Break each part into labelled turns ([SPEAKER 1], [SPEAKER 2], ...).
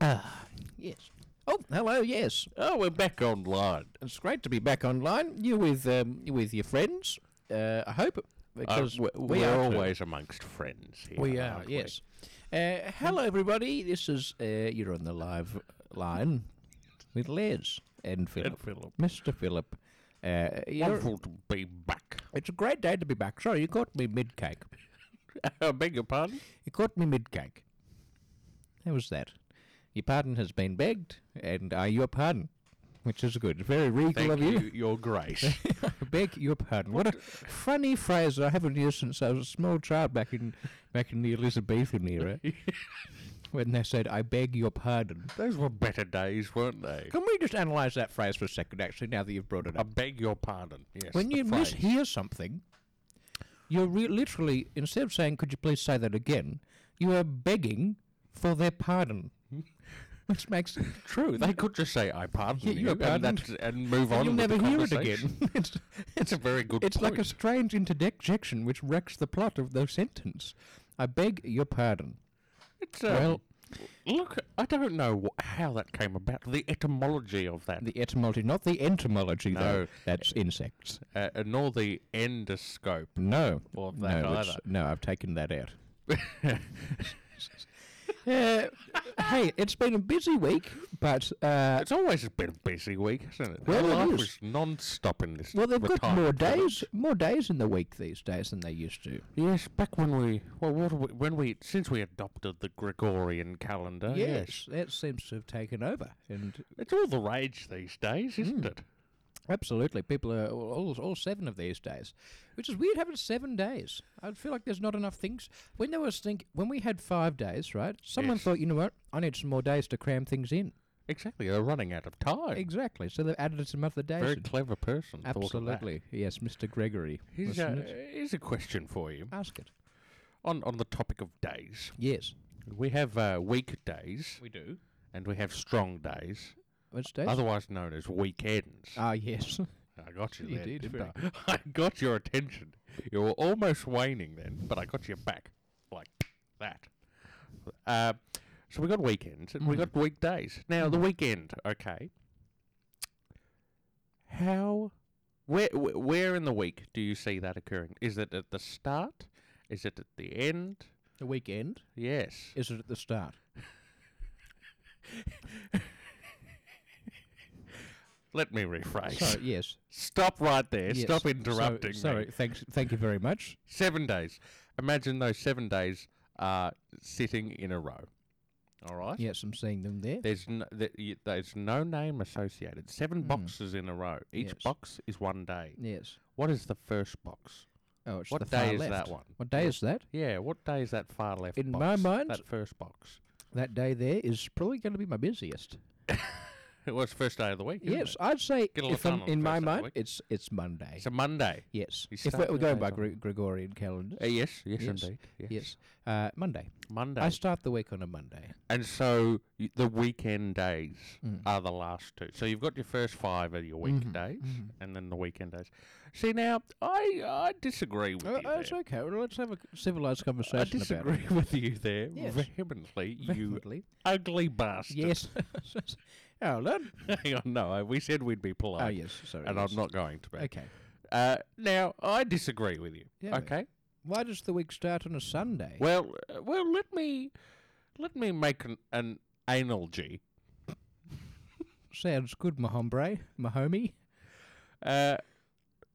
[SPEAKER 1] Ah, yes. Oh, hello, yes. Oh, we're back online. It's great to be back online. You with um, you with your friends? Uh, I hope
[SPEAKER 2] Uh,
[SPEAKER 1] because
[SPEAKER 2] we-
[SPEAKER 1] we
[SPEAKER 2] we're
[SPEAKER 1] are too.
[SPEAKER 2] always amongst friends here.
[SPEAKER 1] We are,
[SPEAKER 2] aren't we?
[SPEAKER 1] yes. Uh, hello, everybody. This is uh, you're on the live line with Les and Philip,
[SPEAKER 2] Philip.
[SPEAKER 1] Mr. Philip. Uh, you're-
[SPEAKER 2] Wonderful to be back.
[SPEAKER 1] it's a great day to be back. Sorry, you caught me mid cake.
[SPEAKER 2] I beg your pardon?
[SPEAKER 1] You caught me mid cake. How was that? Your pardon has been begged, and I your pardon, which is good. Very regal
[SPEAKER 2] Thank
[SPEAKER 1] of
[SPEAKER 2] you,
[SPEAKER 1] you.
[SPEAKER 2] Your Grace.
[SPEAKER 1] I beg your pardon. What a funny phrase that I haven't used since I was a small child back in back in the Elizabethan era. when they said, I beg your pardon.
[SPEAKER 2] Those were better days, weren't they?
[SPEAKER 1] Can we just analyse that phrase for a second, actually, now that you've brought it
[SPEAKER 2] I
[SPEAKER 1] up?
[SPEAKER 2] beg your pardon. Yes.
[SPEAKER 1] when
[SPEAKER 2] the
[SPEAKER 1] you
[SPEAKER 2] phrase.
[SPEAKER 1] mishear something, you're re- literally, instead of saying, could you please say that again, you are begging for their pardon. Which makes it true.
[SPEAKER 2] They could just say, I pardon
[SPEAKER 1] Yeah,
[SPEAKER 2] you,
[SPEAKER 1] you're
[SPEAKER 2] and,
[SPEAKER 1] pardoned.
[SPEAKER 2] that's- and move on.
[SPEAKER 1] and you'll
[SPEAKER 2] with
[SPEAKER 1] never
[SPEAKER 2] the
[SPEAKER 1] hear it
[SPEAKER 2] conversation.
[SPEAKER 1] again. it's
[SPEAKER 2] It's a very good
[SPEAKER 1] It's like a
[SPEAKER 2] point.
[SPEAKER 1] strange interjection which wrecks the plot of the sentence. I beg your pardon.
[SPEAKER 2] It's, um,
[SPEAKER 1] well-
[SPEAKER 2] look, I don't know wh- how that came about, the etymology of that,
[SPEAKER 1] The etymology, not the entomology, though.
[SPEAKER 2] No.
[SPEAKER 1] That's insects.
[SPEAKER 2] uh, and all the endoscope.
[SPEAKER 1] No.
[SPEAKER 2] Or that
[SPEAKER 1] no, it's-
[SPEAKER 2] either.
[SPEAKER 1] No, I've taken that out. Uh, hey, it's been a busy week, but uh,
[SPEAKER 2] It's always been a busy week, hasn't it?
[SPEAKER 1] Well, it
[SPEAKER 2] Life
[SPEAKER 1] is.
[SPEAKER 2] was non-stop in this.
[SPEAKER 1] well, they've got
[SPEAKER 2] retirement
[SPEAKER 1] more
[SPEAKER 2] village.
[SPEAKER 1] days, more days in the week these days than they used to.
[SPEAKER 2] Yes, back when we well, what are we, when we since we adopted the Gregorian calendar.
[SPEAKER 1] yes, that seems to have taken over, and
[SPEAKER 2] it's all the rage these days,
[SPEAKER 1] Hmm.
[SPEAKER 2] isn't it?
[SPEAKER 1] Absolutely, people are all, all all seven of these days, which is weird. Having seven days, I feel like there's not enough things. When there was think when we had five days, right? Someone
[SPEAKER 2] Yes.
[SPEAKER 1] thought, you know what? I need some more days to cram things in.
[SPEAKER 2] Exactly, they're running out of time.
[SPEAKER 1] Exactly. So they've added some other days.
[SPEAKER 2] Oh. Very
[SPEAKER 1] in.
[SPEAKER 2] clever person. thought of uh, that.
[SPEAKER 1] Absolutely, yes, Mr. Gregory.
[SPEAKER 2] Here's
[SPEAKER 1] wasn't
[SPEAKER 2] a,
[SPEAKER 1] it?
[SPEAKER 2] here's a question for you
[SPEAKER 1] Ask it.
[SPEAKER 2] on on the topic of days.
[SPEAKER 1] Yes,
[SPEAKER 2] We have uh, weak days
[SPEAKER 1] we do.
[SPEAKER 2] and we have strong days,
[SPEAKER 1] Which days?
[SPEAKER 2] otherwise known as weekends.
[SPEAKER 1] ah, yes.
[SPEAKER 2] I got you,
[SPEAKER 1] You
[SPEAKER 2] there,
[SPEAKER 1] did,
[SPEAKER 2] didn't
[SPEAKER 1] very
[SPEAKER 2] I? I got your attention. You were almost waning then, but I got you back like that. Uh, so we got weekends and we
[SPEAKER 1] Hmm.
[SPEAKER 2] got weekdays. Now the weekend, okay. How? Where? wh- Where in the week do you see that occurring? Is it at the start? Is it at the end?
[SPEAKER 1] the weekend
[SPEAKER 2] Yes.
[SPEAKER 1] is it at the start?
[SPEAKER 2] Let me rephrase.
[SPEAKER 1] So yes.
[SPEAKER 2] Stop right there.
[SPEAKER 1] yes.
[SPEAKER 2] Stop
[SPEAKER 1] So-
[SPEAKER 2] interrupting me.
[SPEAKER 1] Sorry. Thanks. Thank you very much.
[SPEAKER 2] Seven days. Imagine those seven days are sitting in a row. All right.
[SPEAKER 1] Yes, I'm seeing them there.
[SPEAKER 2] There's no, th- y- there's no name associated. Seven boxes in a row. Each
[SPEAKER 1] Mm. Yes.
[SPEAKER 2] box is one day.
[SPEAKER 1] Yes.
[SPEAKER 2] What is the first box?
[SPEAKER 1] Oh, it's
[SPEAKER 2] What
[SPEAKER 1] the
[SPEAKER 2] day
[SPEAKER 1] far
[SPEAKER 2] is that
[SPEAKER 1] left.
[SPEAKER 2] one?
[SPEAKER 1] What day is that?
[SPEAKER 2] Yeah. What day is that far left?
[SPEAKER 1] In
[SPEAKER 2] box,
[SPEAKER 1] my mind-
[SPEAKER 2] that first box.
[SPEAKER 1] That day there is probably going to be my busiest.
[SPEAKER 2] It was first day of the week. isn't
[SPEAKER 1] Yes,
[SPEAKER 2] it?
[SPEAKER 1] I'd say
[SPEAKER 2] Get a lot
[SPEAKER 1] if
[SPEAKER 2] done
[SPEAKER 1] I'm,
[SPEAKER 2] on
[SPEAKER 1] in my
[SPEAKER 2] Thursday,
[SPEAKER 1] mind,
[SPEAKER 2] week.
[SPEAKER 1] it's it's Monday.
[SPEAKER 2] It's a Monday.
[SPEAKER 1] yes,
[SPEAKER 2] You
[SPEAKER 1] if
[SPEAKER 2] start
[SPEAKER 1] we're
[SPEAKER 2] your
[SPEAKER 1] going
[SPEAKER 2] days
[SPEAKER 1] by
[SPEAKER 2] on-
[SPEAKER 1] Gre- Gregorian calendar.
[SPEAKER 2] Uh, yes, yes.
[SPEAKER 1] Yes,
[SPEAKER 2] Indeed. Yes.
[SPEAKER 1] Yes, uh, Monday.
[SPEAKER 2] Monday.
[SPEAKER 1] I start the week on a Monday. Mm.
[SPEAKER 2] and so y- the weekend days are the last two. So you've got your first five are your
[SPEAKER 1] Mm-hmm,
[SPEAKER 2] weekdays, and then the weekend days. See now, I I disagree with
[SPEAKER 1] Oh,
[SPEAKER 2] you.
[SPEAKER 1] oh, it's
[SPEAKER 2] there.
[SPEAKER 1] okay. Well, let's have a civilized
[SPEAKER 2] I
[SPEAKER 1] conversation about it.
[SPEAKER 2] disagree with you there
[SPEAKER 1] Yes.
[SPEAKER 2] vehemently, you
[SPEAKER 1] Vehemently.
[SPEAKER 2] ugly bastard.
[SPEAKER 1] Yes. Hold on.
[SPEAKER 2] Hang on, no, we said we'd be polite.
[SPEAKER 1] Oh yes, sorry.
[SPEAKER 2] And
[SPEAKER 1] yes.
[SPEAKER 2] I'm not going to be.
[SPEAKER 1] Okay.
[SPEAKER 2] Uh, now, I disagree with you.
[SPEAKER 1] Yeah, mate.
[SPEAKER 2] okay?
[SPEAKER 1] Why does the week start on a Sunday?
[SPEAKER 2] Well, uh, well, let me let me make an, an analogy.
[SPEAKER 1] Sounds good, my hombre, my homie.
[SPEAKER 2] Uh,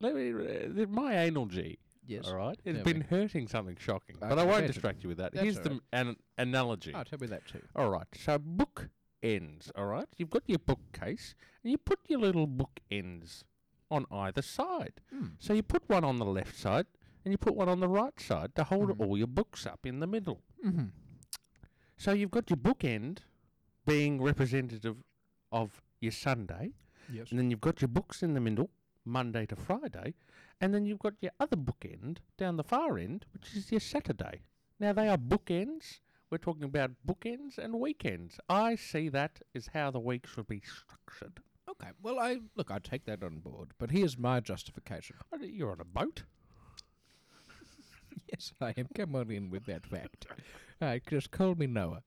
[SPEAKER 2] let me uh, my analogy.
[SPEAKER 1] Yes.
[SPEAKER 2] All right. It's
[SPEAKER 1] Yeah,
[SPEAKER 2] been hurting something shocking,
[SPEAKER 1] I
[SPEAKER 2] but I
[SPEAKER 1] can
[SPEAKER 2] won't
[SPEAKER 1] imagine.
[SPEAKER 2] distract you with that.
[SPEAKER 1] That's
[SPEAKER 2] Here's
[SPEAKER 1] all
[SPEAKER 2] the an, analogy.
[SPEAKER 1] Oh, tell me that too.
[SPEAKER 2] All right. So book ends. All right. You've got your bookcase, and you put your little book ends on either side. So you put one on the left side, and you put one on the right side to hold all your books up in the middle.
[SPEAKER 1] Mm-hmm.
[SPEAKER 2] So you've got your book end being representative of your Sunday,
[SPEAKER 1] Yes.
[SPEAKER 2] and then you've got your books in the middle, Monday to Friday, and then you've got your other bookend down the far end, which is your Saturday. Now they are bookends. We're talking about bookends and weekends. I see that as how the week should be structured.
[SPEAKER 1] Okay. Well, I look, I take that on board, but here's my justification.
[SPEAKER 2] Oh, You're on a boat.
[SPEAKER 1] Yes, I am. Come on in with that fact. All right, just call me Noah.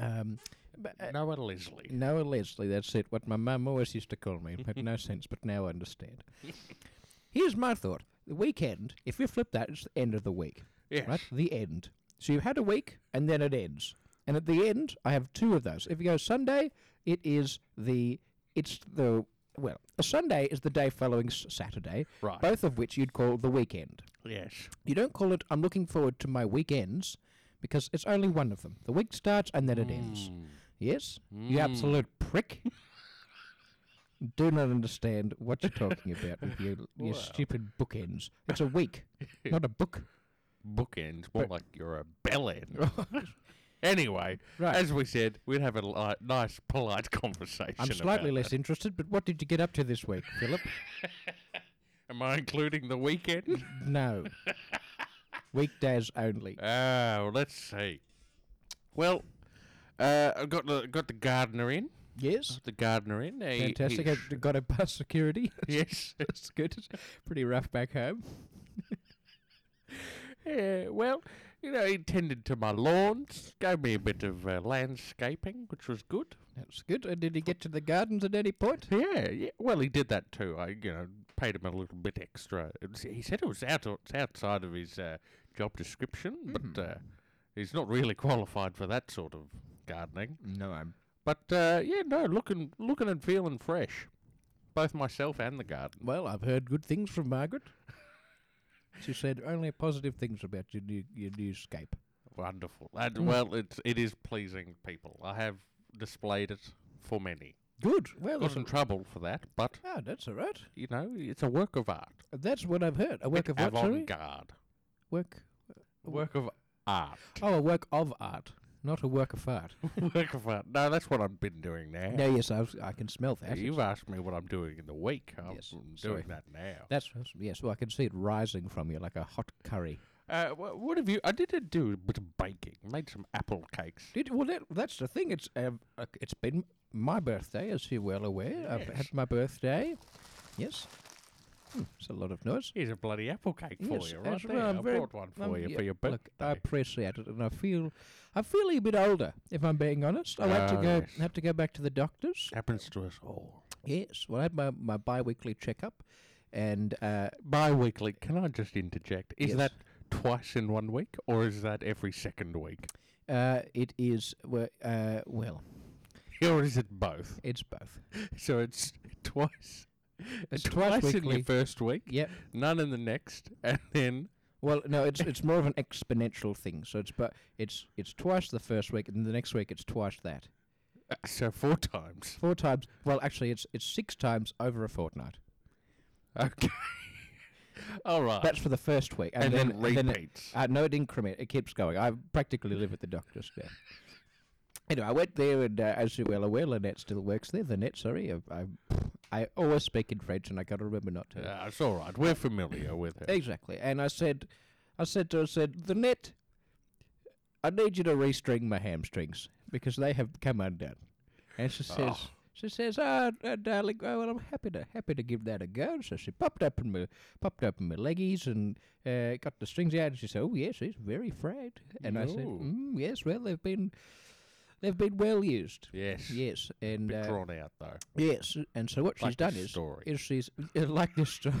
[SPEAKER 1] Um, But, uh,
[SPEAKER 2] Noah Leslie.
[SPEAKER 1] Noah Leslie, that's it. What my mum always used to call me. Made no sense, but now I understand. Here's my thought. The weekend, if we flip that, it's the end of the week.
[SPEAKER 2] Yes.
[SPEAKER 1] Right? The end. So you've had a week and then it ends. And at the end, I have two of those. If you go Sunday, it is the it's the well, a Sunday is the day following s- Saturday,
[SPEAKER 2] Right.
[SPEAKER 1] both of which you'd call the weekend.
[SPEAKER 2] Yes.
[SPEAKER 1] You don't call it I'm looking forward to my weekends because it's only one of them. The week starts and then it
[SPEAKER 2] Mm.
[SPEAKER 1] ends. Yes? You absolute prick. Do not understand what you're talking about with your, your stupid bookends. It's a week, not a book.
[SPEAKER 2] Mm. Bookends, more like you're a bellend. anyway,
[SPEAKER 1] Right.
[SPEAKER 2] as we said, we'd have a li- nice, polite conversation.
[SPEAKER 1] I'm slightly
[SPEAKER 2] about
[SPEAKER 1] less interested, but what did you get up to this week, Philip?
[SPEAKER 2] that. Am I including the weekend?
[SPEAKER 1] No. Weekdays only.
[SPEAKER 2] Ah, well, let's see. Well, uh, I got the got the gardener in.
[SPEAKER 1] Yes.
[SPEAKER 2] Got the gardener in. He-
[SPEAKER 1] Fantastic.
[SPEAKER 2] he-
[SPEAKER 1] I got a bus security.
[SPEAKER 2] yes.
[SPEAKER 1] That's good. Pretty rough back home.
[SPEAKER 2] Yeah, well, you know, he tended to my lawns, gave me a bit of uh, landscaping, which was good.
[SPEAKER 1] That's good. And did he get to the gardens at any point?
[SPEAKER 2] Yeah, yeah. Well, he did that too. I, you know, paid him a little bit extra. It was, he said it was out, it's outside of his uh, job description, but uh, he's not really qualified for that sort of gardening.
[SPEAKER 1] No, I'm.
[SPEAKER 2] But uh, yeah, no, looking, looking and feeling fresh, both myself and the garden.
[SPEAKER 1] Well, I've heard good things from Margaret. She said only positive things about your new, your new scape.
[SPEAKER 2] Wonderful. And
[SPEAKER 1] Mm.
[SPEAKER 2] well, it's it is pleasing people. I have displayed it for many.
[SPEAKER 1] Good. Well, uh,
[SPEAKER 2] Got
[SPEAKER 1] that's,
[SPEAKER 2] in trouble for that, but
[SPEAKER 1] oh, that's all right.
[SPEAKER 2] you know, it's a work of art.
[SPEAKER 1] That's what I've heard. A work of what, sorry?
[SPEAKER 2] avant-garde.
[SPEAKER 1] Work.
[SPEAKER 2] A work of art.
[SPEAKER 1] Oh, a work of art, not a work of art.
[SPEAKER 2] work of art. No, that's what I've been doing now.
[SPEAKER 1] No, yes, I, was, I can smell that.
[SPEAKER 2] You've asked me what I'm doing in the week. I'm
[SPEAKER 1] Yes,
[SPEAKER 2] doing
[SPEAKER 1] sorry.
[SPEAKER 2] that now.
[SPEAKER 1] That's that's- yes. Well, I can see it rising from you like a hot curry.
[SPEAKER 2] Uh, wha- what have you? I did uh, do a bit of baking. Made some apple cakes.
[SPEAKER 1] Did, well, that, that's the thing. It's um, uh, it's been my birthday, as you're well aware. I've had my birthday. Yes. Hmm, it's a lot of noise.
[SPEAKER 2] Here's a bloody apple cake for
[SPEAKER 1] Yes,
[SPEAKER 2] you, right
[SPEAKER 1] that's
[SPEAKER 2] there.
[SPEAKER 1] right, I'm
[SPEAKER 2] I
[SPEAKER 1] very-
[SPEAKER 2] bought one for
[SPEAKER 1] Um,
[SPEAKER 2] you
[SPEAKER 1] yeah,
[SPEAKER 2] for your birthday.
[SPEAKER 1] Look, I appreciate it, and I feel I feel a bit older, if I'm being honest. I had to
[SPEAKER 2] Oh,
[SPEAKER 1] go
[SPEAKER 2] yes.
[SPEAKER 1] had to go back to the doctors.
[SPEAKER 2] Happens to us all.
[SPEAKER 1] Yes. Well, I had my my biweekly checkup, and uh,
[SPEAKER 2] Bi-weekly. Can I just interject? Is
[SPEAKER 1] Yes.
[SPEAKER 2] that twice in one week, or is that every second week,
[SPEAKER 1] uh, it is well, uh, well,
[SPEAKER 2] or is it both?
[SPEAKER 1] it's both.
[SPEAKER 2] So it's twice.
[SPEAKER 1] It's
[SPEAKER 2] twice,
[SPEAKER 1] twice
[SPEAKER 2] in your
[SPEAKER 1] weekly.
[SPEAKER 2] first week,
[SPEAKER 1] Yep.
[SPEAKER 2] none in the next, and then
[SPEAKER 1] Well, no, it's it's more of an exponential thing. So it's but it's it's twice the first week, and the next week it's twice that.
[SPEAKER 2] uh, so four times.
[SPEAKER 1] Four times. Well, actually, it's it's six times over a fortnight.
[SPEAKER 2] Okay. All right.
[SPEAKER 1] That's for the first week,
[SPEAKER 2] Uh, and, then,
[SPEAKER 1] and then it-
[SPEAKER 2] repeats.
[SPEAKER 1] uh, no, it increment. It keeps going. I practically live at the doctor's now. Anyway, I went there, and uh, as you're well aware, Lynette still works there. The net, sorry, I, I, I always speak in French, and I got to remember not to.
[SPEAKER 2] Uh, it's all right. We're familiar with it.
[SPEAKER 1] Exactly. And I said, I said to her, I said, the net, I need you to restring my hamstrings because they have come undone. And she says,
[SPEAKER 2] Oh.
[SPEAKER 1] she says, oh, uh, darling, oh, well, I'm happy to happy to give that a go. So she popped up in my popped up in my leggies and uh, got the strings out. And she said, oh yes, it's very frayed. And I said,
[SPEAKER 2] No.
[SPEAKER 1] mm, yes, well they've been they've been well used.
[SPEAKER 2] Yes.
[SPEAKER 1] Yes, and
[SPEAKER 2] Bit
[SPEAKER 1] uh,
[SPEAKER 2] drawn out though.
[SPEAKER 1] Yes, and so what she's
[SPEAKER 2] Like
[SPEAKER 1] done
[SPEAKER 2] this
[SPEAKER 1] is,
[SPEAKER 2] story.
[SPEAKER 1] is she's uh, like this story.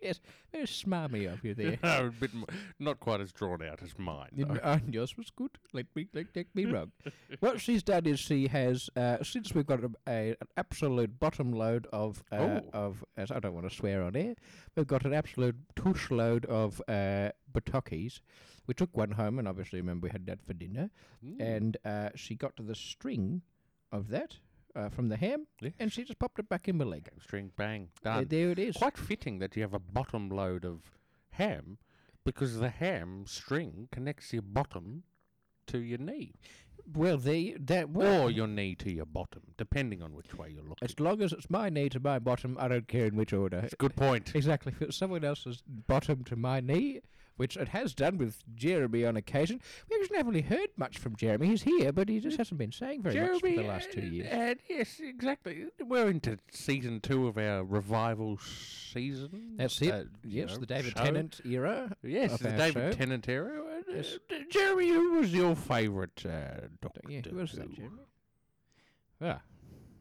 [SPEAKER 1] yes, very smarmy of you there.
[SPEAKER 2] no, a bit mo- not quite as drawn out as mine.
[SPEAKER 1] Did
[SPEAKER 2] though.
[SPEAKER 1] m- and yours was good. Let me let take me wrong. what she's done is she has uh, since we've got a, a, an absolute bottom load of uh,
[SPEAKER 2] Oh.
[SPEAKER 1] of as I don't want to swear on air, we've got an absolute tush load of uh, batokis. We took one home, and obviously remember we had that for dinner.
[SPEAKER 2] Mm.
[SPEAKER 1] And uh, she got to the string of that uh, from the ham,
[SPEAKER 2] Yes.
[SPEAKER 1] and she just popped it back in my leg.
[SPEAKER 2] String bang
[SPEAKER 1] Uh,
[SPEAKER 2] done.
[SPEAKER 1] there it is.
[SPEAKER 2] Quite fitting that you have a bottom load of ham, because the ham string connects your bottom to your knee.
[SPEAKER 1] Well, there that well,
[SPEAKER 2] or your knee to your bottom, depending on which way you're looking.
[SPEAKER 1] as long as it's my knee to my bottom, I don't care in which order.
[SPEAKER 2] It's a good point.
[SPEAKER 1] Exactly. If it's someone else's bottom to my knee, which it has done with Jeremy on occasion, we actually haven't really heard much from Jeremy. He's here, but he just hasn't been saying very much for the last two
[SPEAKER 2] and-
[SPEAKER 1] years.
[SPEAKER 2] and yes, exactly. We're into season two of our revival season.
[SPEAKER 1] That's it.
[SPEAKER 2] uh, you
[SPEAKER 1] yes,
[SPEAKER 2] know,
[SPEAKER 1] the David
[SPEAKER 2] show.
[SPEAKER 1] Tennant era.
[SPEAKER 2] Yes,
[SPEAKER 1] of
[SPEAKER 2] the
[SPEAKER 1] our show.
[SPEAKER 2] David Tennant era. Uh, uh, d- Jeremy, who was your favourite uh, doctor?
[SPEAKER 1] Yeah, who was that, Jeremy? Ah, uh, Mm-hmm.
[SPEAKER 2] Yeah.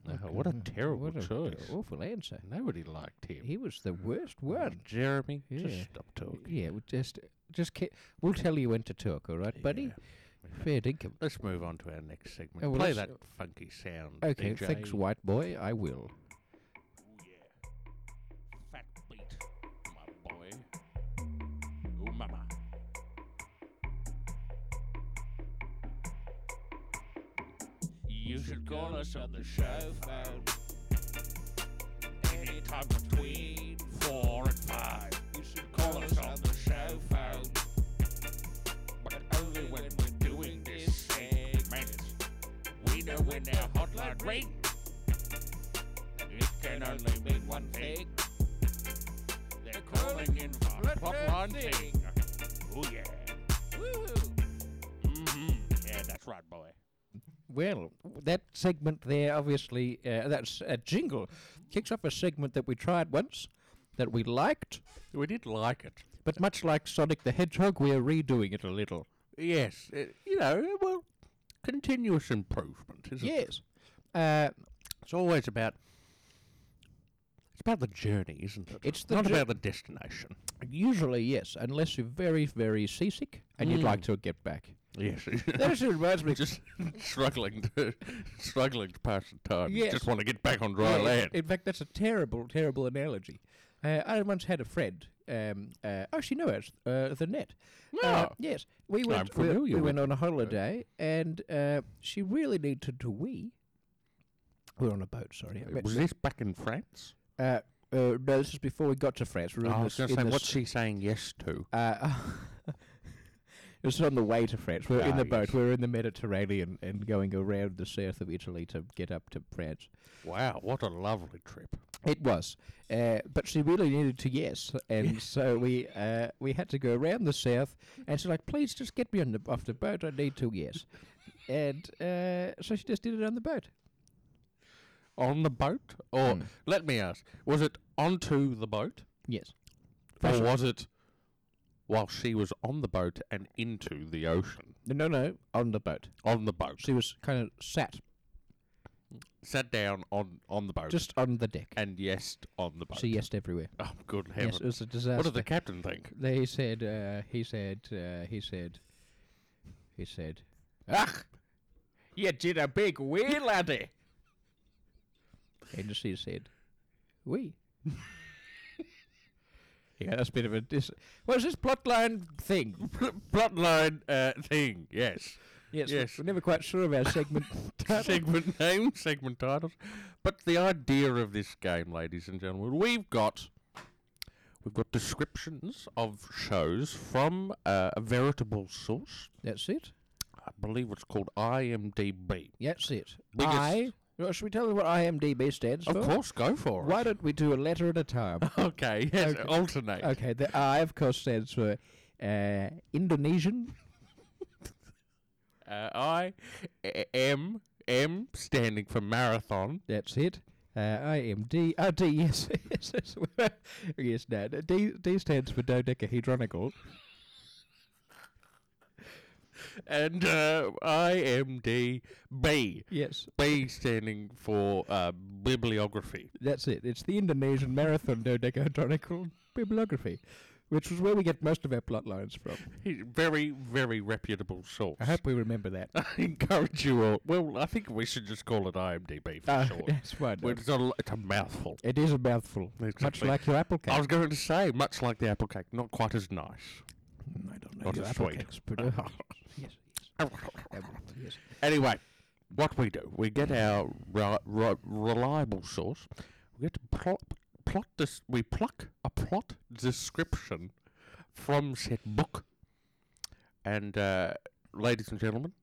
[SPEAKER 2] No, Uh, what a terrible
[SPEAKER 1] what a
[SPEAKER 2] choice.
[SPEAKER 1] Awful answer.
[SPEAKER 2] Nobody liked him.
[SPEAKER 1] He was the worst
[SPEAKER 2] Oh,
[SPEAKER 1] one.
[SPEAKER 2] Jeremy,
[SPEAKER 1] Yeah.
[SPEAKER 2] just stop talking.
[SPEAKER 1] Yeah, we just just ca- we'll tell you when to talk, all right, buddy?
[SPEAKER 2] Yeah.
[SPEAKER 1] Fair dinkum.
[SPEAKER 2] Let's move on to our next segment.
[SPEAKER 1] Oh, well,
[SPEAKER 2] Play that
[SPEAKER 1] let's-
[SPEAKER 2] funky sound.
[SPEAKER 1] Okay,
[SPEAKER 2] DJ.
[SPEAKER 1] thanks, white boy. I will.
[SPEAKER 2] Ooh, yeah. Fat beat, my boy. Ooh, mama. You should call us on the show phone. Anytime between four and five. You should call us on the show phone. But only when we're doing this segment. We know when our hotline rings. It can only mean one thing. They're calling in for hotline thing. Oh yeah. Woo. Mhm. Yeah, that's right, boy.
[SPEAKER 1] Well, that segment there, obviously, uh, that's a jingle. Kicks off a segment that we tried once, that we liked,
[SPEAKER 2] We did like it.
[SPEAKER 1] but much like Sonic the Hedgehog, we are redoing it a little.
[SPEAKER 2] Yes, it, you know, well, continuous improvement, isn't it?
[SPEAKER 1] Yes. Uh,
[SPEAKER 2] It's always about. It's about the journey, isn't it?
[SPEAKER 1] It's the
[SPEAKER 2] not
[SPEAKER 1] jour-
[SPEAKER 2] about the destination.
[SPEAKER 1] usually, yes, unless you're very, very seasick and you'd like to get back.
[SPEAKER 2] Yes,
[SPEAKER 1] Hmm. That actually reminds me.
[SPEAKER 2] just struggling to struggling to pass the time.
[SPEAKER 1] Yes.
[SPEAKER 2] Just want to get back on
[SPEAKER 1] Yeah,
[SPEAKER 2] dry land.
[SPEAKER 1] in, in fact, that's a terrible, terrible analogy. Uh, I once had a friend. Um, uh, actually, no, it's uh, the net. Uh,
[SPEAKER 2] Oh.
[SPEAKER 1] yes, we
[SPEAKER 2] I'm
[SPEAKER 1] went. we-
[SPEAKER 2] familiar
[SPEAKER 1] we
[SPEAKER 2] with
[SPEAKER 1] went on a holiday, and uh, she really needed to wee. We were on a boat. Sorry, I meant-
[SPEAKER 2] Was this back in France?
[SPEAKER 1] uh, uh, no, this is before we got to France. We were in
[SPEAKER 2] Oh, I was
[SPEAKER 1] this-
[SPEAKER 2] going to
[SPEAKER 1] in
[SPEAKER 2] say,
[SPEAKER 1] this-
[SPEAKER 2] what's she saying yes to?
[SPEAKER 1] Uh, This is on the way to France. We were in
[SPEAKER 2] Ah,
[SPEAKER 1] the boat.
[SPEAKER 2] yes.
[SPEAKER 1] We were in the Mediterranean and going around the south of Italy to get up to France.
[SPEAKER 2] Wow, what a lovely trip.
[SPEAKER 1] It was, uh, but she really needed to yes, and so we uh, we had to go around the south, and she's like, "Please just get me on the off the boat. I need to yes," and uh, so she just did it on the boat.
[SPEAKER 2] On the boat? Or,
[SPEAKER 1] Mm.
[SPEAKER 2] let me ask, was it onto the boat?
[SPEAKER 1] Yes,
[SPEAKER 2] Or
[SPEAKER 1] Fashion-
[SPEAKER 2] was it while she was on the boat and into the ocean?
[SPEAKER 1] no, no, on the boat.
[SPEAKER 2] On the boat.
[SPEAKER 1] She was kind of sat
[SPEAKER 2] Sat down on, on the boat
[SPEAKER 1] just on the deck.
[SPEAKER 2] and yesed on the boat.
[SPEAKER 1] She yesed everywhere.
[SPEAKER 2] Oh, good
[SPEAKER 1] Yes, it
[SPEAKER 2] heavens.
[SPEAKER 1] was a disaster.
[SPEAKER 2] what did the captain think?
[SPEAKER 1] They said, uh, he said, uh, he said, he said,
[SPEAKER 2] Ach, you did a big wee, laddie.
[SPEAKER 1] and she said, we. yeah, that's a bit of a dis. What's this plotline thing?
[SPEAKER 2] Bloodline uh, thing, yes.
[SPEAKER 1] Yes,
[SPEAKER 2] Yes.
[SPEAKER 1] we're never quite sure of our segment. title.
[SPEAKER 2] segment name, segment titles. But the idea of this game, ladies and gentlemen, we've got we've got descriptions of shows from uh, a veritable source.
[SPEAKER 1] That's it.
[SPEAKER 2] I believe it's called IMDb.
[SPEAKER 1] That's it.
[SPEAKER 2] Biggest-
[SPEAKER 1] I. Well, should we tell them what IMDb stands
[SPEAKER 2] Of
[SPEAKER 1] for?
[SPEAKER 2] course, go for it.
[SPEAKER 1] Why don't we do a letter at a time?
[SPEAKER 2] Okay, yes,
[SPEAKER 1] Okay.
[SPEAKER 2] alternate.
[SPEAKER 1] okay, the I, of course, stands for uh, Indonesian.
[SPEAKER 2] Uh, I M M standing for marathon.
[SPEAKER 1] That's it. Uh, IMD. Oh, D, yes. yes, that's what- yes, no. no, D, D stands for dodecahedronical.
[SPEAKER 2] And uh, IMDb.
[SPEAKER 1] Yes,
[SPEAKER 2] B standing for uh, bibliography.
[SPEAKER 1] that's it. It's the Indonesian Marathon Dodecahedronical Bibliography, which was where we get most of our plot lines from.
[SPEAKER 2] He's a very, very reputable source.
[SPEAKER 1] I hope we remember that.
[SPEAKER 2] I encourage you all. Well, I think we should just call it IMDb for
[SPEAKER 1] Uh,
[SPEAKER 2] short.
[SPEAKER 1] That's fine.
[SPEAKER 2] Well, It's, not a, it's a mouthful.
[SPEAKER 1] It is a mouthful, much
[SPEAKER 2] Exactly.
[SPEAKER 1] like your apple cake.
[SPEAKER 2] I was going to say, much like the apple cake, not quite as nice.
[SPEAKER 1] Mm, I don't know
[SPEAKER 2] Not
[SPEAKER 1] your
[SPEAKER 2] as
[SPEAKER 1] apple
[SPEAKER 2] sweet.
[SPEAKER 1] cakes, but uh, yes, yes, apple, yes.
[SPEAKER 2] anyway, what we do, we get our re- re- reliable source. We get to plot, plot this. We pluck a plot description from said book, and uh, ladies and gentlemen,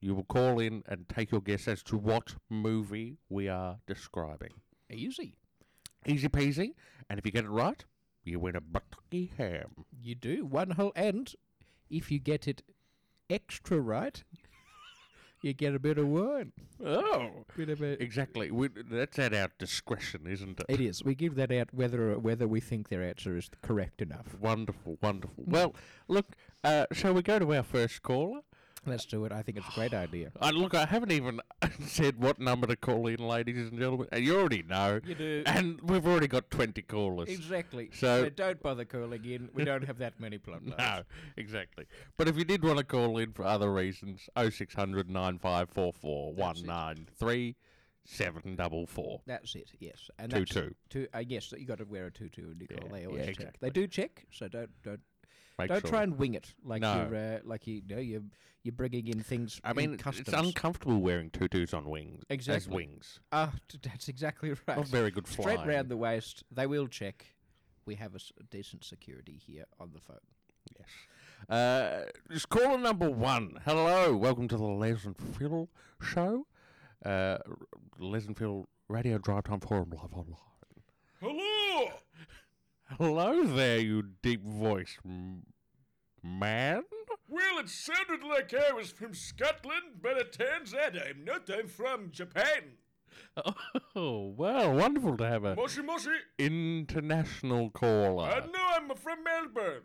[SPEAKER 2] you will call in and take your guess as to what movie we are describing.
[SPEAKER 1] Easy.
[SPEAKER 2] Easy peasy. And if you get it right, you win a bucky ham.
[SPEAKER 1] You do one whole, and if you get it extra right, you get a bit of wine.
[SPEAKER 2] Oh,
[SPEAKER 1] Bit of a.
[SPEAKER 2] exactly. We, that's at our discretion, isn't it?
[SPEAKER 1] It is. We give that out whether whether we think their answer is correct enough.
[SPEAKER 2] Wonderful, wonderful. Well, look, uh, shall we go to our first caller?
[SPEAKER 1] Let's do it. I think it's a great idea.
[SPEAKER 2] Uh, look, I haven't even said what number to call in, ladies and gentlemen. And you already know.
[SPEAKER 1] You do.
[SPEAKER 2] And we've already got 20 callers.
[SPEAKER 1] Exactly.
[SPEAKER 2] So-
[SPEAKER 1] don't bother calling in. We don't have that many plot
[SPEAKER 2] No, exactly. But if you did want to call in for other reasons, 0600 954 193 744.
[SPEAKER 1] That's it. Yes, and that's
[SPEAKER 2] Two-two.
[SPEAKER 1] Two, uh, yes, you got to wear a tutu when you call.
[SPEAKER 2] Yeah,
[SPEAKER 1] they
[SPEAKER 2] yeah,
[SPEAKER 1] always check.
[SPEAKER 2] exactly.
[SPEAKER 1] They do check, so don't don't
[SPEAKER 2] Make
[SPEAKER 1] don't
[SPEAKER 2] sure.
[SPEAKER 1] try and wing it like
[SPEAKER 2] No.
[SPEAKER 1] you're uh, like you, know you're you're bringing in things.
[SPEAKER 2] I
[SPEAKER 1] in
[SPEAKER 2] mean, it's-
[SPEAKER 1] customs.
[SPEAKER 2] it's uncomfortable wearing tutus on wings. As
[SPEAKER 1] Exactly.
[SPEAKER 2] wings.
[SPEAKER 1] Ah, t- that's exactly right.
[SPEAKER 2] Not very good flying.
[SPEAKER 1] Straight round the waist, they will check. We have a s- decent security here on the phone.
[SPEAKER 2] Yes. Uh, it's caller number one. Hello. Welcome to the Les and Phil show. Uh, r- Les and Phil Radio Drive Time Forum live online. Hello. Hello there, you deep voiced m- man.
[SPEAKER 3] Well, it sounded like I was from Scotland, but it turns out I'm not. I'm from Japan.
[SPEAKER 2] Oh, well, wonderful to have a
[SPEAKER 3] Moshi Moshi.
[SPEAKER 2] international caller.
[SPEAKER 3] Uh, no, I'm from Melbourne.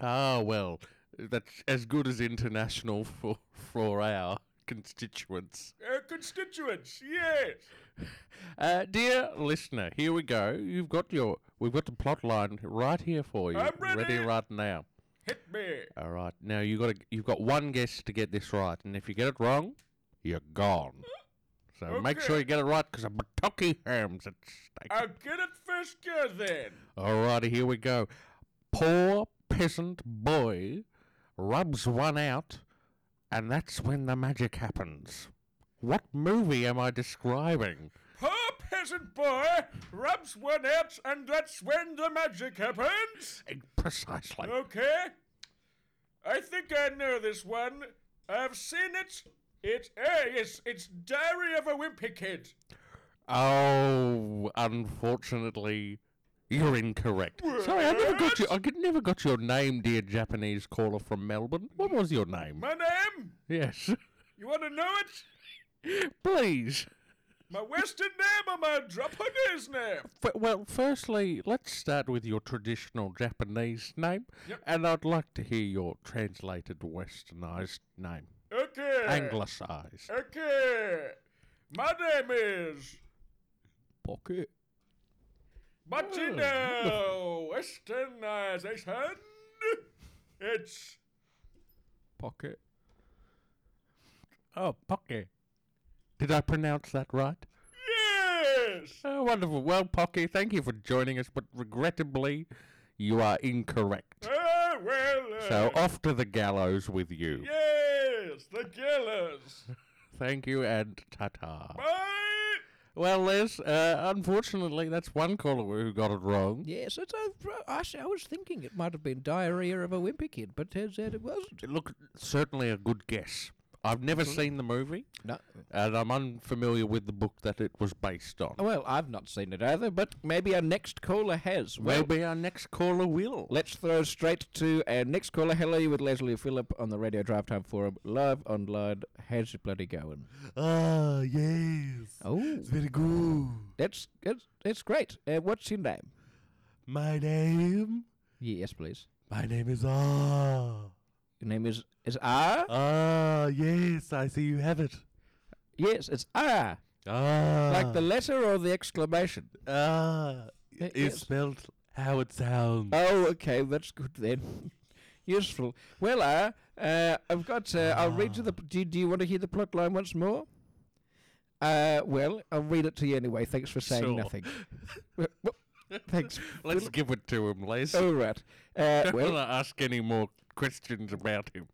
[SPEAKER 2] Ah, well, that's as good as international for, for our constituents.
[SPEAKER 3] Uh, constituents, yes.
[SPEAKER 2] Uh, dear listener, here we go. You've got your, we've got the plot line right here for you,
[SPEAKER 3] I'm ready.
[SPEAKER 2] right now.
[SPEAKER 3] Hit me.
[SPEAKER 2] All right, now you got to, you've got one guess to get this right, and if you get it wrong, you're gone. So make sure
[SPEAKER 3] Okay. Uh.
[SPEAKER 2] you get it right, because a Batoki ham's at stake.
[SPEAKER 3] I'll get it first go then.
[SPEAKER 2] All righty, here we go. Poor peasant boy rubs one out, and that's when the magic happens. What movie am I describing?
[SPEAKER 3] Poor peasant boy rubs one out, and that's when the magic happens.
[SPEAKER 2] Eh, Precisely.
[SPEAKER 3] Okay. I think I know this one. I've seen it. It, ah, yes, it's Diary of a Wimpy Kid.
[SPEAKER 2] Oh, unfortunately, you're incorrect. Sorry, I never got you. I could never got your name, dear Japanese caller from Melbourne. What was your name?
[SPEAKER 3] My name?
[SPEAKER 2] Yes,
[SPEAKER 3] You want to know it?
[SPEAKER 2] please.
[SPEAKER 3] My Western name or my Japanese name?
[SPEAKER 2] F- well, firstly, let's start with your traditional Japanese name,
[SPEAKER 3] Yep.
[SPEAKER 2] and I'd like to hear your translated Westernized name,
[SPEAKER 3] Okay.
[SPEAKER 2] Uh. Anglicized.
[SPEAKER 3] Okay. My name is
[SPEAKER 1] Pocket.
[SPEAKER 3] Martino Westernization. It's
[SPEAKER 1] Pocket.
[SPEAKER 2] Oh, Pocky. Did I pronounce that right?
[SPEAKER 3] yes.
[SPEAKER 2] Oh, wonderful. Well, Pocky, thank you for joining us, but regrettably, you are incorrect.
[SPEAKER 3] Oh well. Uh,
[SPEAKER 2] So off to the gallows with you.
[SPEAKER 3] yes, the killers.
[SPEAKER 2] Thank you and ta-ta.
[SPEAKER 3] Bye.
[SPEAKER 2] Well, Les, uh, unfortunately, that's one caller who got it wrong.
[SPEAKER 1] Yes, it's a, pro- I, s- I was thinking it might have been diarrhea of a wimpy kid, but turns out it wasn't.
[SPEAKER 2] Look, certainly a good guess. I've never
[SPEAKER 4] Mm-hmm.
[SPEAKER 2] seen the movie,
[SPEAKER 1] No.
[SPEAKER 2] and I'm unfamiliar with the book that it was based on.
[SPEAKER 1] Well, I've not seen it either, but maybe our next caller has. Well,
[SPEAKER 2] Maybe our next caller will.
[SPEAKER 1] Let's throw straight to our next caller. Hello, you with Leslie Phillip on the Radio Drive Time Forum, live online. How's it bloody going?
[SPEAKER 4] Ah, yes.
[SPEAKER 1] Oh,
[SPEAKER 4] It's very good.
[SPEAKER 1] that's that's, that's great. Uh, what's your name?
[SPEAKER 4] My name?
[SPEAKER 1] Yes, please.
[SPEAKER 4] My name is Ah.
[SPEAKER 1] Your name is is R.
[SPEAKER 4] Ah, yes, I see you have it.
[SPEAKER 1] yes, it's R.
[SPEAKER 4] Ah.
[SPEAKER 1] Like the letter or the exclamation.
[SPEAKER 4] Ah.
[SPEAKER 1] Y-
[SPEAKER 4] It's
[SPEAKER 1] yes.
[SPEAKER 4] spelled how it sounds.
[SPEAKER 1] Oh, okay, that's good then. Useful. Well, R. Uh, I've got. Uh, I'll read you the. Do, do you want to hear the plot line once more? Uh, well, I'll read it to you anyway. Thanks for saying
[SPEAKER 2] Sure.
[SPEAKER 1] nothing. Well, well, Thanks.
[SPEAKER 2] Let's give it to him, Les.
[SPEAKER 4] Oh,
[SPEAKER 1] All right. Uh,
[SPEAKER 2] Don't
[SPEAKER 1] well,
[SPEAKER 2] want to ask any more questions about him.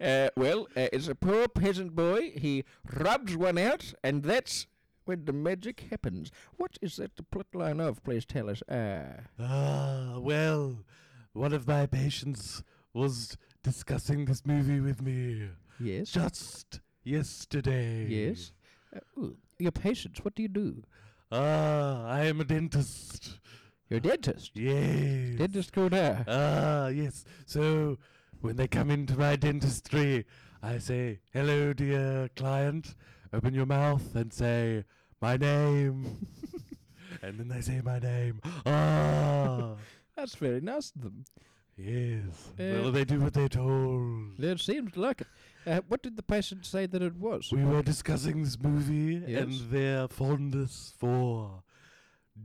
[SPEAKER 1] uh, well, uh, it's a poor peasant boy. He rubs one out, and that's when the magic happens. What is that the plot line of? Please tell us. Ah,
[SPEAKER 4] Ah, well, one of my patients was discussing this movie with me
[SPEAKER 1] yes.
[SPEAKER 4] just yesterday.
[SPEAKER 1] Yes. Uh, ooh, your patients. What do you do?
[SPEAKER 4] Ah, I am a dentist.
[SPEAKER 1] You're a dentist.
[SPEAKER 4] Yes.
[SPEAKER 1] Dentist called R.
[SPEAKER 4] Ah, yes. So when they come into my dentistry, I say, Hello, dear client. Open your mouth and say, My name. and then they say my name. Ah.
[SPEAKER 1] That's very nice of them.
[SPEAKER 4] Yes.
[SPEAKER 1] Uh,
[SPEAKER 4] well, they do what they're told.
[SPEAKER 1] It seems like it. Uh, what did the patient say that it was?
[SPEAKER 4] We were discussing this movie
[SPEAKER 1] Yes.
[SPEAKER 4] and their fondness for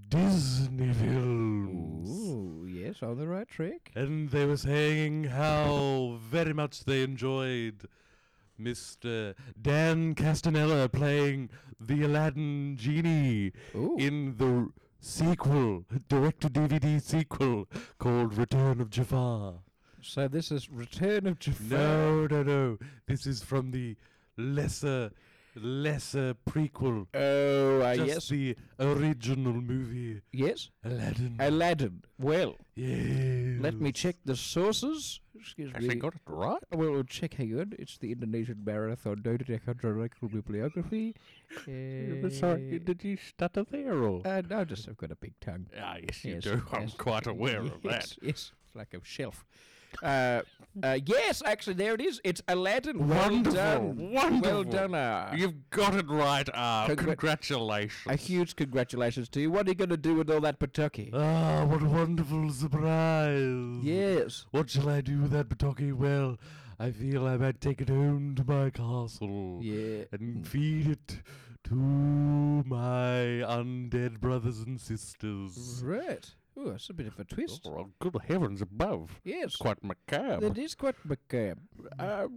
[SPEAKER 4] Disney films.
[SPEAKER 1] Ooh, yes, on the right track.
[SPEAKER 4] And they were saying how very much they enjoyed Mr. Dan Castanella playing the Aladdin genie
[SPEAKER 1] Ooh,
[SPEAKER 4] in the sequel, direct to DVD sequel called Return of Jafar.
[SPEAKER 1] so this is Return of Jafar.
[SPEAKER 4] No, no, no. This is from the lesser, lesser prequel.
[SPEAKER 1] Oh, uh,
[SPEAKER 4] just
[SPEAKER 1] yes,
[SPEAKER 4] the original movie,
[SPEAKER 1] yes,
[SPEAKER 2] Hmm.
[SPEAKER 4] Aladdin.
[SPEAKER 1] Aladdin. Well,
[SPEAKER 4] yes.
[SPEAKER 1] let me check the sources. Excuse
[SPEAKER 2] Actually
[SPEAKER 1] me. Oh,
[SPEAKER 2] got it right.
[SPEAKER 1] Well, we'll check. Hang on. It's the Indonesian Marathon Dodecahedral Bibliography.
[SPEAKER 2] Yeah, Sorry,
[SPEAKER 1] Uh,
[SPEAKER 2] did you stutter there or?
[SPEAKER 1] Uh, no, just I've got a big tongue.
[SPEAKER 2] ah, yes,
[SPEAKER 1] yes, yes.
[SPEAKER 2] quite aware
[SPEAKER 1] yes, Yes, it's like a shelf. Uh, uh, yes, actually, there it is. It's Aladdin. Well
[SPEAKER 2] Wonderful,
[SPEAKER 1] done.
[SPEAKER 2] wonderful.
[SPEAKER 1] Well done. Uh,
[SPEAKER 2] You've got it right, Ah,
[SPEAKER 1] Congra-
[SPEAKER 2] Congratulations.
[SPEAKER 1] a huge congratulations to you. What are you going to do with all that Pataki?
[SPEAKER 2] Oh.
[SPEAKER 4] Ah, what a wonderful surprise.
[SPEAKER 1] yes.
[SPEAKER 4] What shall I do with that Bataki? Well, I feel I might take it home to my castle
[SPEAKER 1] Yeah. Hmm.
[SPEAKER 4] and feed it to my undead brothers and sisters.
[SPEAKER 1] Right. Oh, that's a bit of a twist.
[SPEAKER 2] Well, good heavens above.
[SPEAKER 1] Yes.
[SPEAKER 2] It's quite macabre.
[SPEAKER 1] That is quite macabre.
[SPEAKER 2] Uh,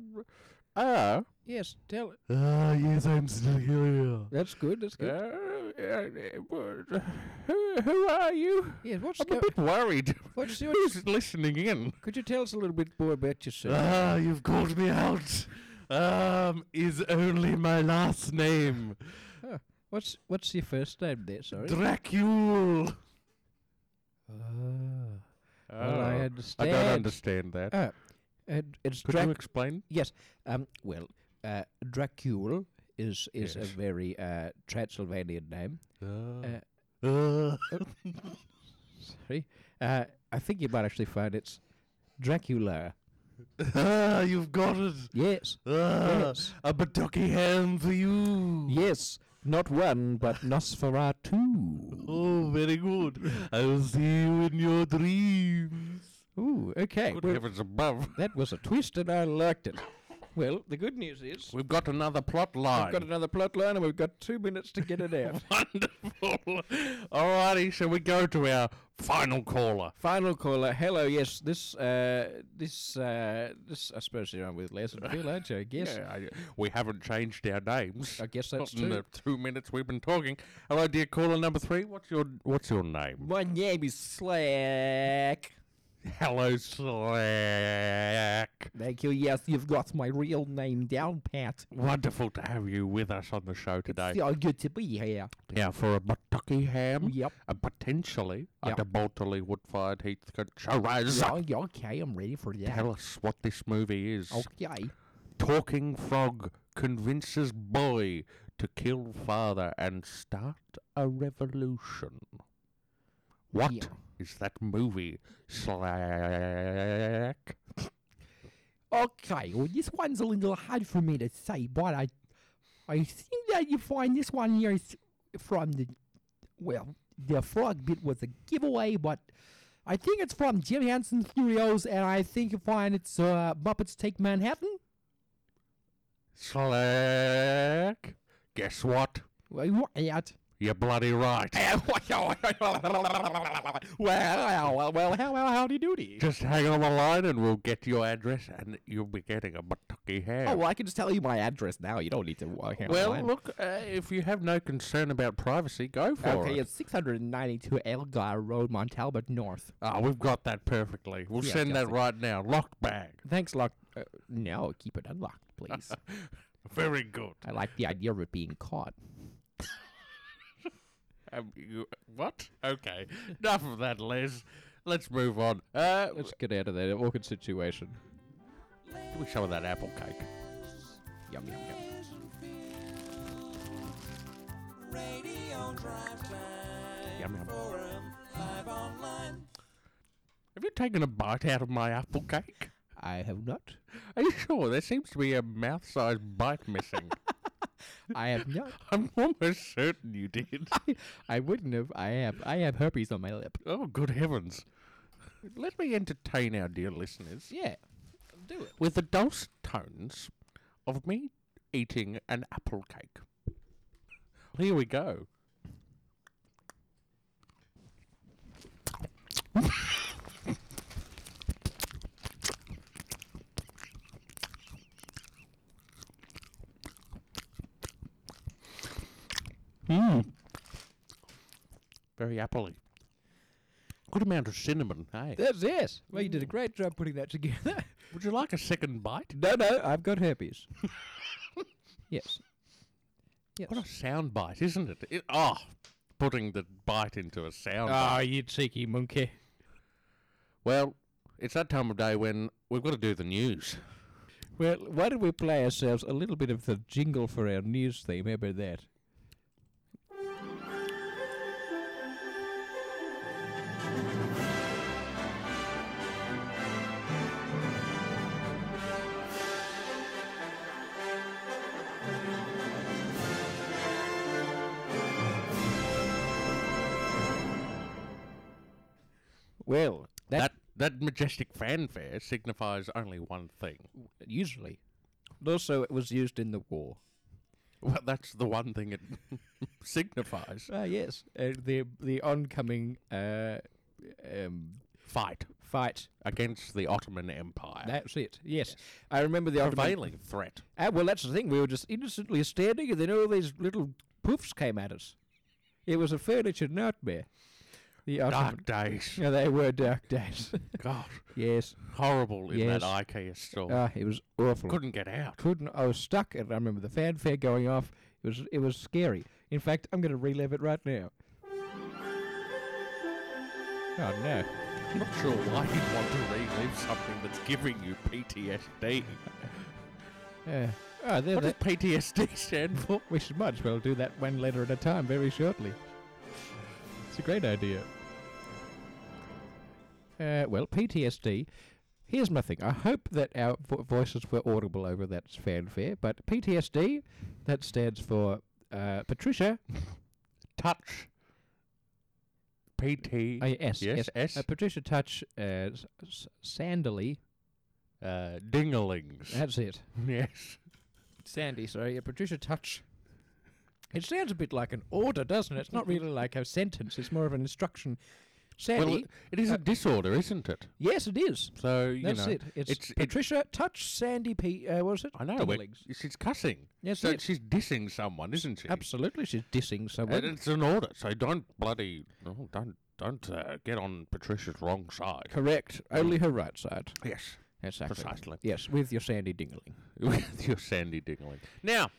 [SPEAKER 2] uh,
[SPEAKER 1] Yes, tell it.
[SPEAKER 4] Ah, yes, I'm still here.
[SPEAKER 1] That's good. That's
[SPEAKER 2] uh,
[SPEAKER 1] good.
[SPEAKER 2] uh, who, who are you?
[SPEAKER 1] Yes, what's
[SPEAKER 2] I'm a
[SPEAKER 1] going
[SPEAKER 2] bit worried.
[SPEAKER 1] What's your
[SPEAKER 2] Who's listening in?
[SPEAKER 1] Could you tell us a little bit more about yourself?
[SPEAKER 4] Ah,
[SPEAKER 2] Uh-huh.
[SPEAKER 4] you've called me out. Um, is only my last name
[SPEAKER 1] What's What's your first name there? Sorry.
[SPEAKER 4] Dracul.
[SPEAKER 1] Ah, well, I
[SPEAKER 2] Oh, I
[SPEAKER 1] understand.
[SPEAKER 2] don't understand that.
[SPEAKER 1] Ah, and it's
[SPEAKER 2] Could you
[SPEAKER 1] Drac.
[SPEAKER 2] explain?
[SPEAKER 1] Yes. Um. Well, uh, Dracul is is a
[SPEAKER 2] Yes.
[SPEAKER 1] very uh, Transylvanian name.
[SPEAKER 4] Uh,
[SPEAKER 1] Uh,
[SPEAKER 4] uh,
[SPEAKER 1] Sorry. Uh, I think you might actually find it's Dracula.
[SPEAKER 4] ah, you've got it.
[SPEAKER 1] Yes.
[SPEAKER 4] Ah,
[SPEAKER 1] Yes.
[SPEAKER 4] a Batoki ham for you.
[SPEAKER 1] Yes. Not one, but Nosferatu.
[SPEAKER 4] Oh, very good. I will see you in your dreams.
[SPEAKER 1] Ooh. Okay.
[SPEAKER 2] Good
[SPEAKER 1] well,
[SPEAKER 2] heavens above.
[SPEAKER 1] that was a twist, and I liked it. Well, the good news is
[SPEAKER 2] We've got another plot
[SPEAKER 1] we've got
[SPEAKER 2] line.
[SPEAKER 1] another plot line, and we've got two minutes to get it out.
[SPEAKER 2] Wonderful. Alrighty, so we go to our final caller.
[SPEAKER 1] Final caller. Hello. Yes, this, uh, this, uh, this. I suppose you're on with Lassonville, aren't you? I guess.
[SPEAKER 2] Yeah, I- we haven't changed our names.
[SPEAKER 1] I guess
[SPEAKER 2] Not
[SPEAKER 1] that's
[SPEAKER 2] in
[SPEAKER 1] true.
[SPEAKER 2] the two minutes we've been talking. Hello, dear caller number three. What's your What's your name?
[SPEAKER 1] My name is Slack.
[SPEAKER 2] Hello, Slack.
[SPEAKER 1] Thank you. Yes, you've got my real name down, Pat.
[SPEAKER 2] Wonderful to have you with us on the Mm-hmm. show today.
[SPEAKER 1] So good to be here.
[SPEAKER 2] Now, for a Batucky ham
[SPEAKER 1] Yep.
[SPEAKER 2] and potentially
[SPEAKER 1] Yep.
[SPEAKER 2] a Debaltily Woodfired Heathcote
[SPEAKER 4] Hmm?
[SPEAKER 2] Shiraz.
[SPEAKER 1] Yeah, yeah, okay, I'm ready for that.
[SPEAKER 2] Tell us what this movie is.
[SPEAKER 1] Okay.
[SPEAKER 2] Talking frog convinces boy to kill father and start a revolution. What is
[SPEAKER 1] Yeah.
[SPEAKER 2] that movie? Slack.
[SPEAKER 1] Okay. Well, this one's a little hard for me to say, but I, I think that you find this one here is from the, well, the frog bit was a giveaway, but I think it's from Jim Henson Studios, and I think you find it's uh, Muppets Take Manhattan.
[SPEAKER 2] Slack. Guess what?
[SPEAKER 1] Well, you weren't yet.
[SPEAKER 2] You're bloody right.
[SPEAKER 1] well, well, well, how, well, howdy doody.
[SPEAKER 2] Just hang on the line and we'll get your address and you'll be getting a Batucky ham.
[SPEAKER 1] Oh, well, I can just tell you my address now. You don't need to walk out.
[SPEAKER 2] well, look, uh, if you have no concern about privacy, go for it.
[SPEAKER 1] Okay, it's 692 Elgar Road, Montalbert North.
[SPEAKER 2] Ah, we've got that perfectly. We'll
[SPEAKER 1] Yeah,
[SPEAKER 2] send that
[SPEAKER 1] fantastic.
[SPEAKER 2] right now. Lock bag.
[SPEAKER 1] Thanks, lock. Uh, no, keep it unlocked, please.
[SPEAKER 2] Very good.
[SPEAKER 1] I like the idea of it being caught.
[SPEAKER 2] Um, you, what? Okay. Enough of that, Les. Let's move on. Uh,
[SPEAKER 1] Let's get out of that awkward situation.
[SPEAKER 2] give me some of that apple cake.
[SPEAKER 1] Yum, yum, yum.
[SPEAKER 5] Radio Drive Time
[SPEAKER 2] Yum, yum.
[SPEAKER 5] Forum live online.
[SPEAKER 2] Have you taken a bite out of my apple cake?
[SPEAKER 1] I have not.
[SPEAKER 2] Are you sure? There seems to be a mouth-sized bite missing.
[SPEAKER 1] I have not.
[SPEAKER 2] I'm almost certain you did.
[SPEAKER 1] I wouldn't have. I have. I have herpes on my lip.
[SPEAKER 2] Oh, good heavens. Let me entertain our dear listeners
[SPEAKER 1] Yeah, do it.
[SPEAKER 2] with the dulcet tones of me eating an apple cake. Here we go. Mmm. Very appley. Good amount of cinnamon, hey.
[SPEAKER 1] That's it. Well, you did a great job putting that together.
[SPEAKER 2] Would you like a second bite?
[SPEAKER 1] no, no, I've got herpes. yes. Yes.
[SPEAKER 2] What a sound bite, isn't it? it oh, putting the bite into a sound
[SPEAKER 1] Ah,
[SPEAKER 2] bite.
[SPEAKER 1] you cheeky monkey.
[SPEAKER 2] Well, it's that time of day when we've got to do the news.
[SPEAKER 1] Well, why don't we play ourselves a little bit of the jingle for our news theme? How about that? Well,
[SPEAKER 2] That, that majestic fanfare signifies only one thing.
[SPEAKER 1] usually. Also, it was used in the war.
[SPEAKER 2] Well, that's the one thing it signifies.
[SPEAKER 1] Ah, yes, uh, the the oncoming uh, um,
[SPEAKER 2] Fight
[SPEAKER 1] fight.
[SPEAKER 2] against the Ottoman Empire.
[SPEAKER 1] That's it. Yes, I remember the Ottoman.
[SPEAKER 2] prevailing threat.
[SPEAKER 1] Ah, well, that's the thing. We were just innocently standing, and then all these little poofs came at us. It was a furniture nightmare. The Ottoman.
[SPEAKER 2] Dark days.
[SPEAKER 1] Yeah, they were dark days.
[SPEAKER 2] God,
[SPEAKER 1] yes.
[SPEAKER 2] horrible in that
[SPEAKER 1] Yes.
[SPEAKER 2] IKEA store.
[SPEAKER 1] Ah, it was awful.
[SPEAKER 2] Couldn't get out.
[SPEAKER 1] Couldn't. I was stuck, and I remember the fanfare going off. It was it was scary. In fact, I'm going to relive it right now. Oh no.
[SPEAKER 2] I'm not sure why you'd want to relive something that's giving you PTSD.
[SPEAKER 1] Yeah. Ah, there,
[SPEAKER 2] What
[SPEAKER 1] there.
[SPEAKER 2] does PTSD stand for?
[SPEAKER 1] We should might as well do that one letter at a time very shortly. It's a great idea. Uh, well, PTSD. Here's my thing. I hope that our vo- voices were audible over that fanfare, but PTSD, that stands for uh, Patricia.
[SPEAKER 2] Touch. PT.
[SPEAKER 1] Uh, yes,
[SPEAKER 2] yes,
[SPEAKER 1] yes.
[SPEAKER 2] S.
[SPEAKER 1] Uh, Patricia Touch uh, S- S- Sanderly.
[SPEAKER 2] Uh, dingalings.
[SPEAKER 1] That's it.
[SPEAKER 2] yes.
[SPEAKER 1] Sandy, sorry. Yeah, Patricia Touch. It sounds a bit like an order, doesn't it? It's not really like a sentence, it's more of an instruction. Sandy.
[SPEAKER 2] Well, it- it is a disorder, isn't it?
[SPEAKER 1] Yes, it is.
[SPEAKER 2] So you
[SPEAKER 1] Uh, That's
[SPEAKER 2] know,
[SPEAKER 1] it. It's,
[SPEAKER 2] it's- it-
[SPEAKER 1] Patricia Touch Sandy P. Uh, what is it?
[SPEAKER 2] I know. we're-
[SPEAKER 1] Dinglings.
[SPEAKER 2] She's cussing.
[SPEAKER 1] Yes,
[SPEAKER 2] so
[SPEAKER 1] it-
[SPEAKER 2] she's dissing someone, isn't she?
[SPEAKER 1] Absolutely, she's dissing
[SPEAKER 2] And
[SPEAKER 1] someone.
[SPEAKER 2] it's an order, so don't bloody no, don't don't uh, get on Patricia's wrong side.
[SPEAKER 1] Correct. Only her right side.
[SPEAKER 2] Yes,
[SPEAKER 1] Exactly.
[SPEAKER 2] Precisely.
[SPEAKER 1] Yes, with your Sandy Dingling.
[SPEAKER 2] with your Sandy Dingling. Now,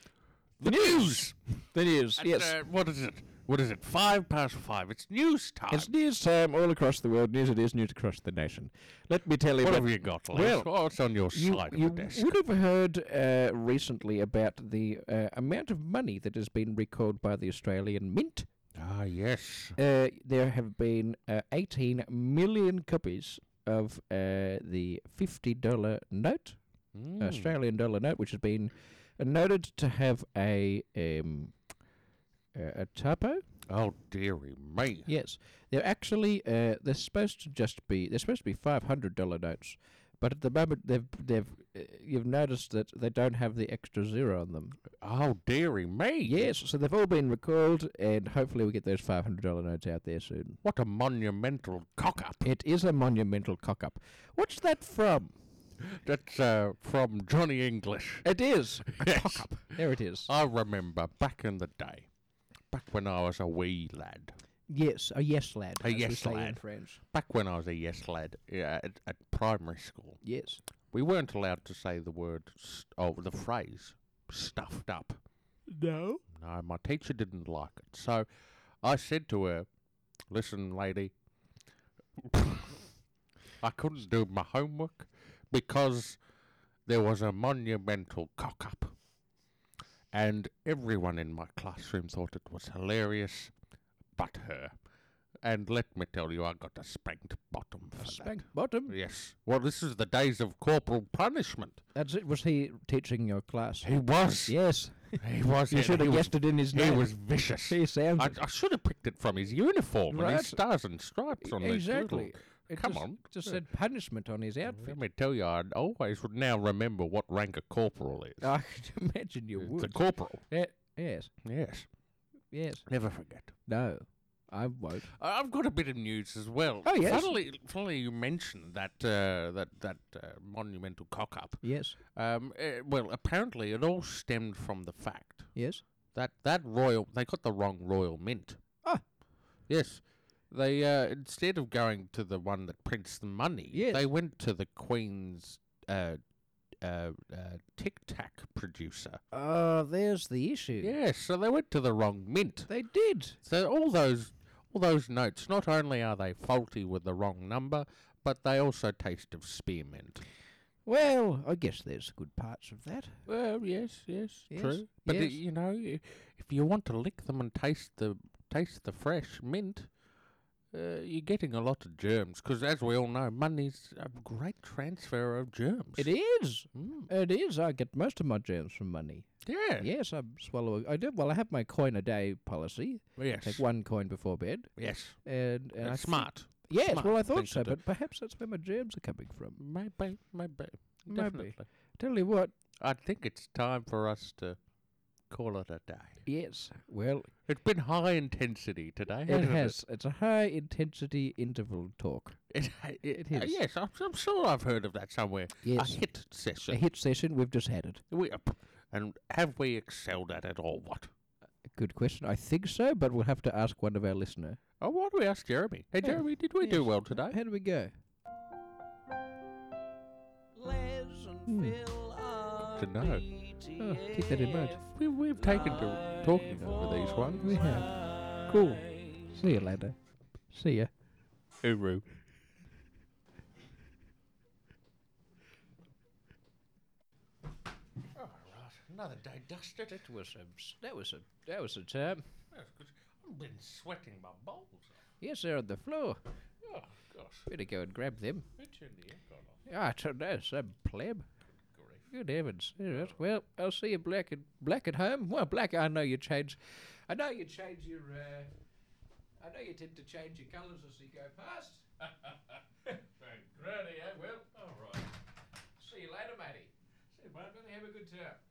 [SPEAKER 2] the news.
[SPEAKER 1] That is.
[SPEAKER 2] At,
[SPEAKER 1] yes.
[SPEAKER 2] uh, what is it? What is it? Five past five. It's news time.
[SPEAKER 1] it's news time all across the world. News it is, news across the nation. Let me tell you
[SPEAKER 2] what
[SPEAKER 1] about-
[SPEAKER 2] have you got, Les?
[SPEAKER 1] well,
[SPEAKER 2] oh, it's on your
[SPEAKER 1] you,
[SPEAKER 2] side
[SPEAKER 1] you
[SPEAKER 2] of the desk.
[SPEAKER 1] would have heard uh, recently about the uh, amount of money that has been recalled by the Australian Mint.
[SPEAKER 2] Ah, yes.
[SPEAKER 1] Uh, there have been uh, 18 million copies of uh, the $50 note,
[SPEAKER 2] Mm. Hmm.
[SPEAKER 1] Australian dollar note, which has been noted to have a um, a a typo.
[SPEAKER 2] Oh, dearie me.
[SPEAKER 1] Yes, they're actually uh, they're supposed to just be they're supposed to be five hundred dollar notes, but at the moment they've they've uh, you've noticed that they don't have the extra zero on them.
[SPEAKER 2] Oh, dearie me.
[SPEAKER 1] Yes, so they've all been recalled, and hopefully we get those five hundred dollar notes out there soon.
[SPEAKER 2] What a monumental cock up.
[SPEAKER 1] It is a monumental cock up. What's that from?
[SPEAKER 2] That's uh, from Johnny English.
[SPEAKER 1] It is.
[SPEAKER 2] Yes.
[SPEAKER 1] There it is.
[SPEAKER 2] I remember back in the day, back when I was a wee lad,
[SPEAKER 1] yes, a yes lad.
[SPEAKER 2] A
[SPEAKER 1] as we
[SPEAKER 2] yes
[SPEAKER 1] say In
[SPEAKER 2] lad.
[SPEAKER 1] French.
[SPEAKER 2] back when I was a yes lad yeah, at, at primary school,
[SPEAKER 1] Yes.
[SPEAKER 2] we weren't allowed to say the word, st- oh, the phrase, stuffed up.
[SPEAKER 1] No.
[SPEAKER 2] No, my teacher didn't like it. So I said to her, Listen, lady, I couldn't do my homework because there was a monumental cock up. And everyone in my classroom thought it was hilarious, but her. And let me tell you, I got a spanked bottom for
[SPEAKER 1] Spank bottom.
[SPEAKER 2] that. Yes. Well, this is the days of corporal punishment.
[SPEAKER 1] That's it. Was he teaching your class?
[SPEAKER 2] He was.
[SPEAKER 1] Yes.
[SPEAKER 2] He was.
[SPEAKER 1] You
[SPEAKER 2] and
[SPEAKER 1] should
[SPEAKER 2] he
[SPEAKER 1] have
[SPEAKER 2] was
[SPEAKER 1] guessed it in his
[SPEAKER 2] he
[SPEAKER 1] name.
[SPEAKER 2] was vicious.
[SPEAKER 1] He sounds
[SPEAKER 2] I,
[SPEAKER 1] it.
[SPEAKER 2] I should have picked it from his uniform and
[SPEAKER 1] Right.
[SPEAKER 2] his stars and stripes on
[SPEAKER 1] Exactly.
[SPEAKER 2] these
[SPEAKER 1] It
[SPEAKER 2] Come
[SPEAKER 1] just,
[SPEAKER 2] on.
[SPEAKER 1] Just
[SPEAKER 2] Yeah.
[SPEAKER 1] said punishment on his outfit.
[SPEAKER 2] Let me tell you, I always would now remember what rank a corporal is.
[SPEAKER 1] I could imagine you
[SPEAKER 2] It's a
[SPEAKER 1] would.
[SPEAKER 2] corporal.
[SPEAKER 1] Yeah, yes,
[SPEAKER 2] Yes.
[SPEAKER 1] yes.
[SPEAKER 2] Never forget.
[SPEAKER 1] No, I won't.
[SPEAKER 2] I- I've got a bit of news as well.
[SPEAKER 1] Oh, yes.
[SPEAKER 2] Funnily, funnily you mentioned that uh, that that uh, monumental cock up.
[SPEAKER 1] Yes,
[SPEAKER 2] Um, eh, well, apparently it all stemmed from the fact
[SPEAKER 1] yes.
[SPEAKER 2] that that royal they got the wrong royal mint.
[SPEAKER 1] Ah.
[SPEAKER 2] Yes. They uh, instead of going to the one that prints the money,
[SPEAKER 1] Yes.
[SPEAKER 2] they went to the Queen's uh, uh, uh, Tic Tac producer. Uh,
[SPEAKER 1] Oh, there's the issue.
[SPEAKER 2] Yes, so they went to the wrong mint.
[SPEAKER 1] They did.
[SPEAKER 2] So all those all those notes, not only are they faulty with the wrong number, but they also taste of spearmint.
[SPEAKER 1] Well, I guess there's good parts of that.
[SPEAKER 2] Well, yes, yes,
[SPEAKER 1] Yes,
[SPEAKER 2] true. But uh,
[SPEAKER 1] yes.
[SPEAKER 2] you know, i- if you want to lick them and taste the taste the fresh mint, uh, you're getting a lot of germs. Because as we all know, money's a great transfer of germs.
[SPEAKER 1] It is.
[SPEAKER 2] Mm.
[SPEAKER 1] It is. I get most of my germs from money.
[SPEAKER 2] Yeah.
[SPEAKER 1] Yes, I swallow. I do. Well, I have my coin a day policy.
[SPEAKER 2] Yes.
[SPEAKER 1] Take one coin before bed,
[SPEAKER 2] Yes.
[SPEAKER 1] and, and I
[SPEAKER 2] That's
[SPEAKER 1] thi-
[SPEAKER 2] smart.
[SPEAKER 1] Yes,
[SPEAKER 2] smart
[SPEAKER 1] well, I
[SPEAKER 2] thing
[SPEAKER 1] thought
[SPEAKER 2] to
[SPEAKER 1] so,
[SPEAKER 2] do.
[SPEAKER 1] but perhaps that's where my germs are coming from.
[SPEAKER 2] Maybe. Maybe.
[SPEAKER 1] Maybe.
[SPEAKER 2] Definitely.
[SPEAKER 1] Tell you what.
[SPEAKER 2] I think it's time for us to call it a day.
[SPEAKER 1] Yes. Well,
[SPEAKER 2] It's been high intensity today.
[SPEAKER 1] it
[SPEAKER 2] hasn't
[SPEAKER 1] has. It's a high intensity interval talk.
[SPEAKER 2] It, it,
[SPEAKER 1] It
[SPEAKER 2] uh,
[SPEAKER 1] is.
[SPEAKER 2] yes, I'm, I'm sure I've heard of that somewhere.
[SPEAKER 1] Yes.
[SPEAKER 2] A hit
[SPEAKER 1] A
[SPEAKER 2] session.
[SPEAKER 1] hit session. We've just had it.
[SPEAKER 2] We, are p- and have we excelled at it or what?
[SPEAKER 1] Good question. I think so, but we'll have to ask one of our listener.
[SPEAKER 2] Oh, why don't we ask Jeremy? Hey,
[SPEAKER 1] Yeah.
[SPEAKER 2] Jeremy, did we do
[SPEAKER 1] Yes.
[SPEAKER 2] well today?
[SPEAKER 1] How do we go?
[SPEAKER 5] Les and Phil are
[SPEAKER 2] Good to know.
[SPEAKER 1] Hmm. Oh, keep that in mind.
[SPEAKER 2] We, we've taken to talking over these ones.
[SPEAKER 1] We have. Cool. See you later. See ya.
[SPEAKER 2] Uru. Another day dusted. It was
[SPEAKER 1] That was a that was a term.
[SPEAKER 2] I've been sweating my balls.
[SPEAKER 1] Yes, they're on the floor.
[SPEAKER 2] Oh gosh,
[SPEAKER 1] Better go and grab them.
[SPEAKER 2] who turned the aircon off?
[SPEAKER 1] I don't know, some pleb. Good heavens. All right. Well, I'll see you black at black at home. Well, black, I know you change. I know you change your. Uh, I know you tend to change your colours as you go past. Granny, eh? Well, all right. See you later, matey. See you, mate. Have a good time.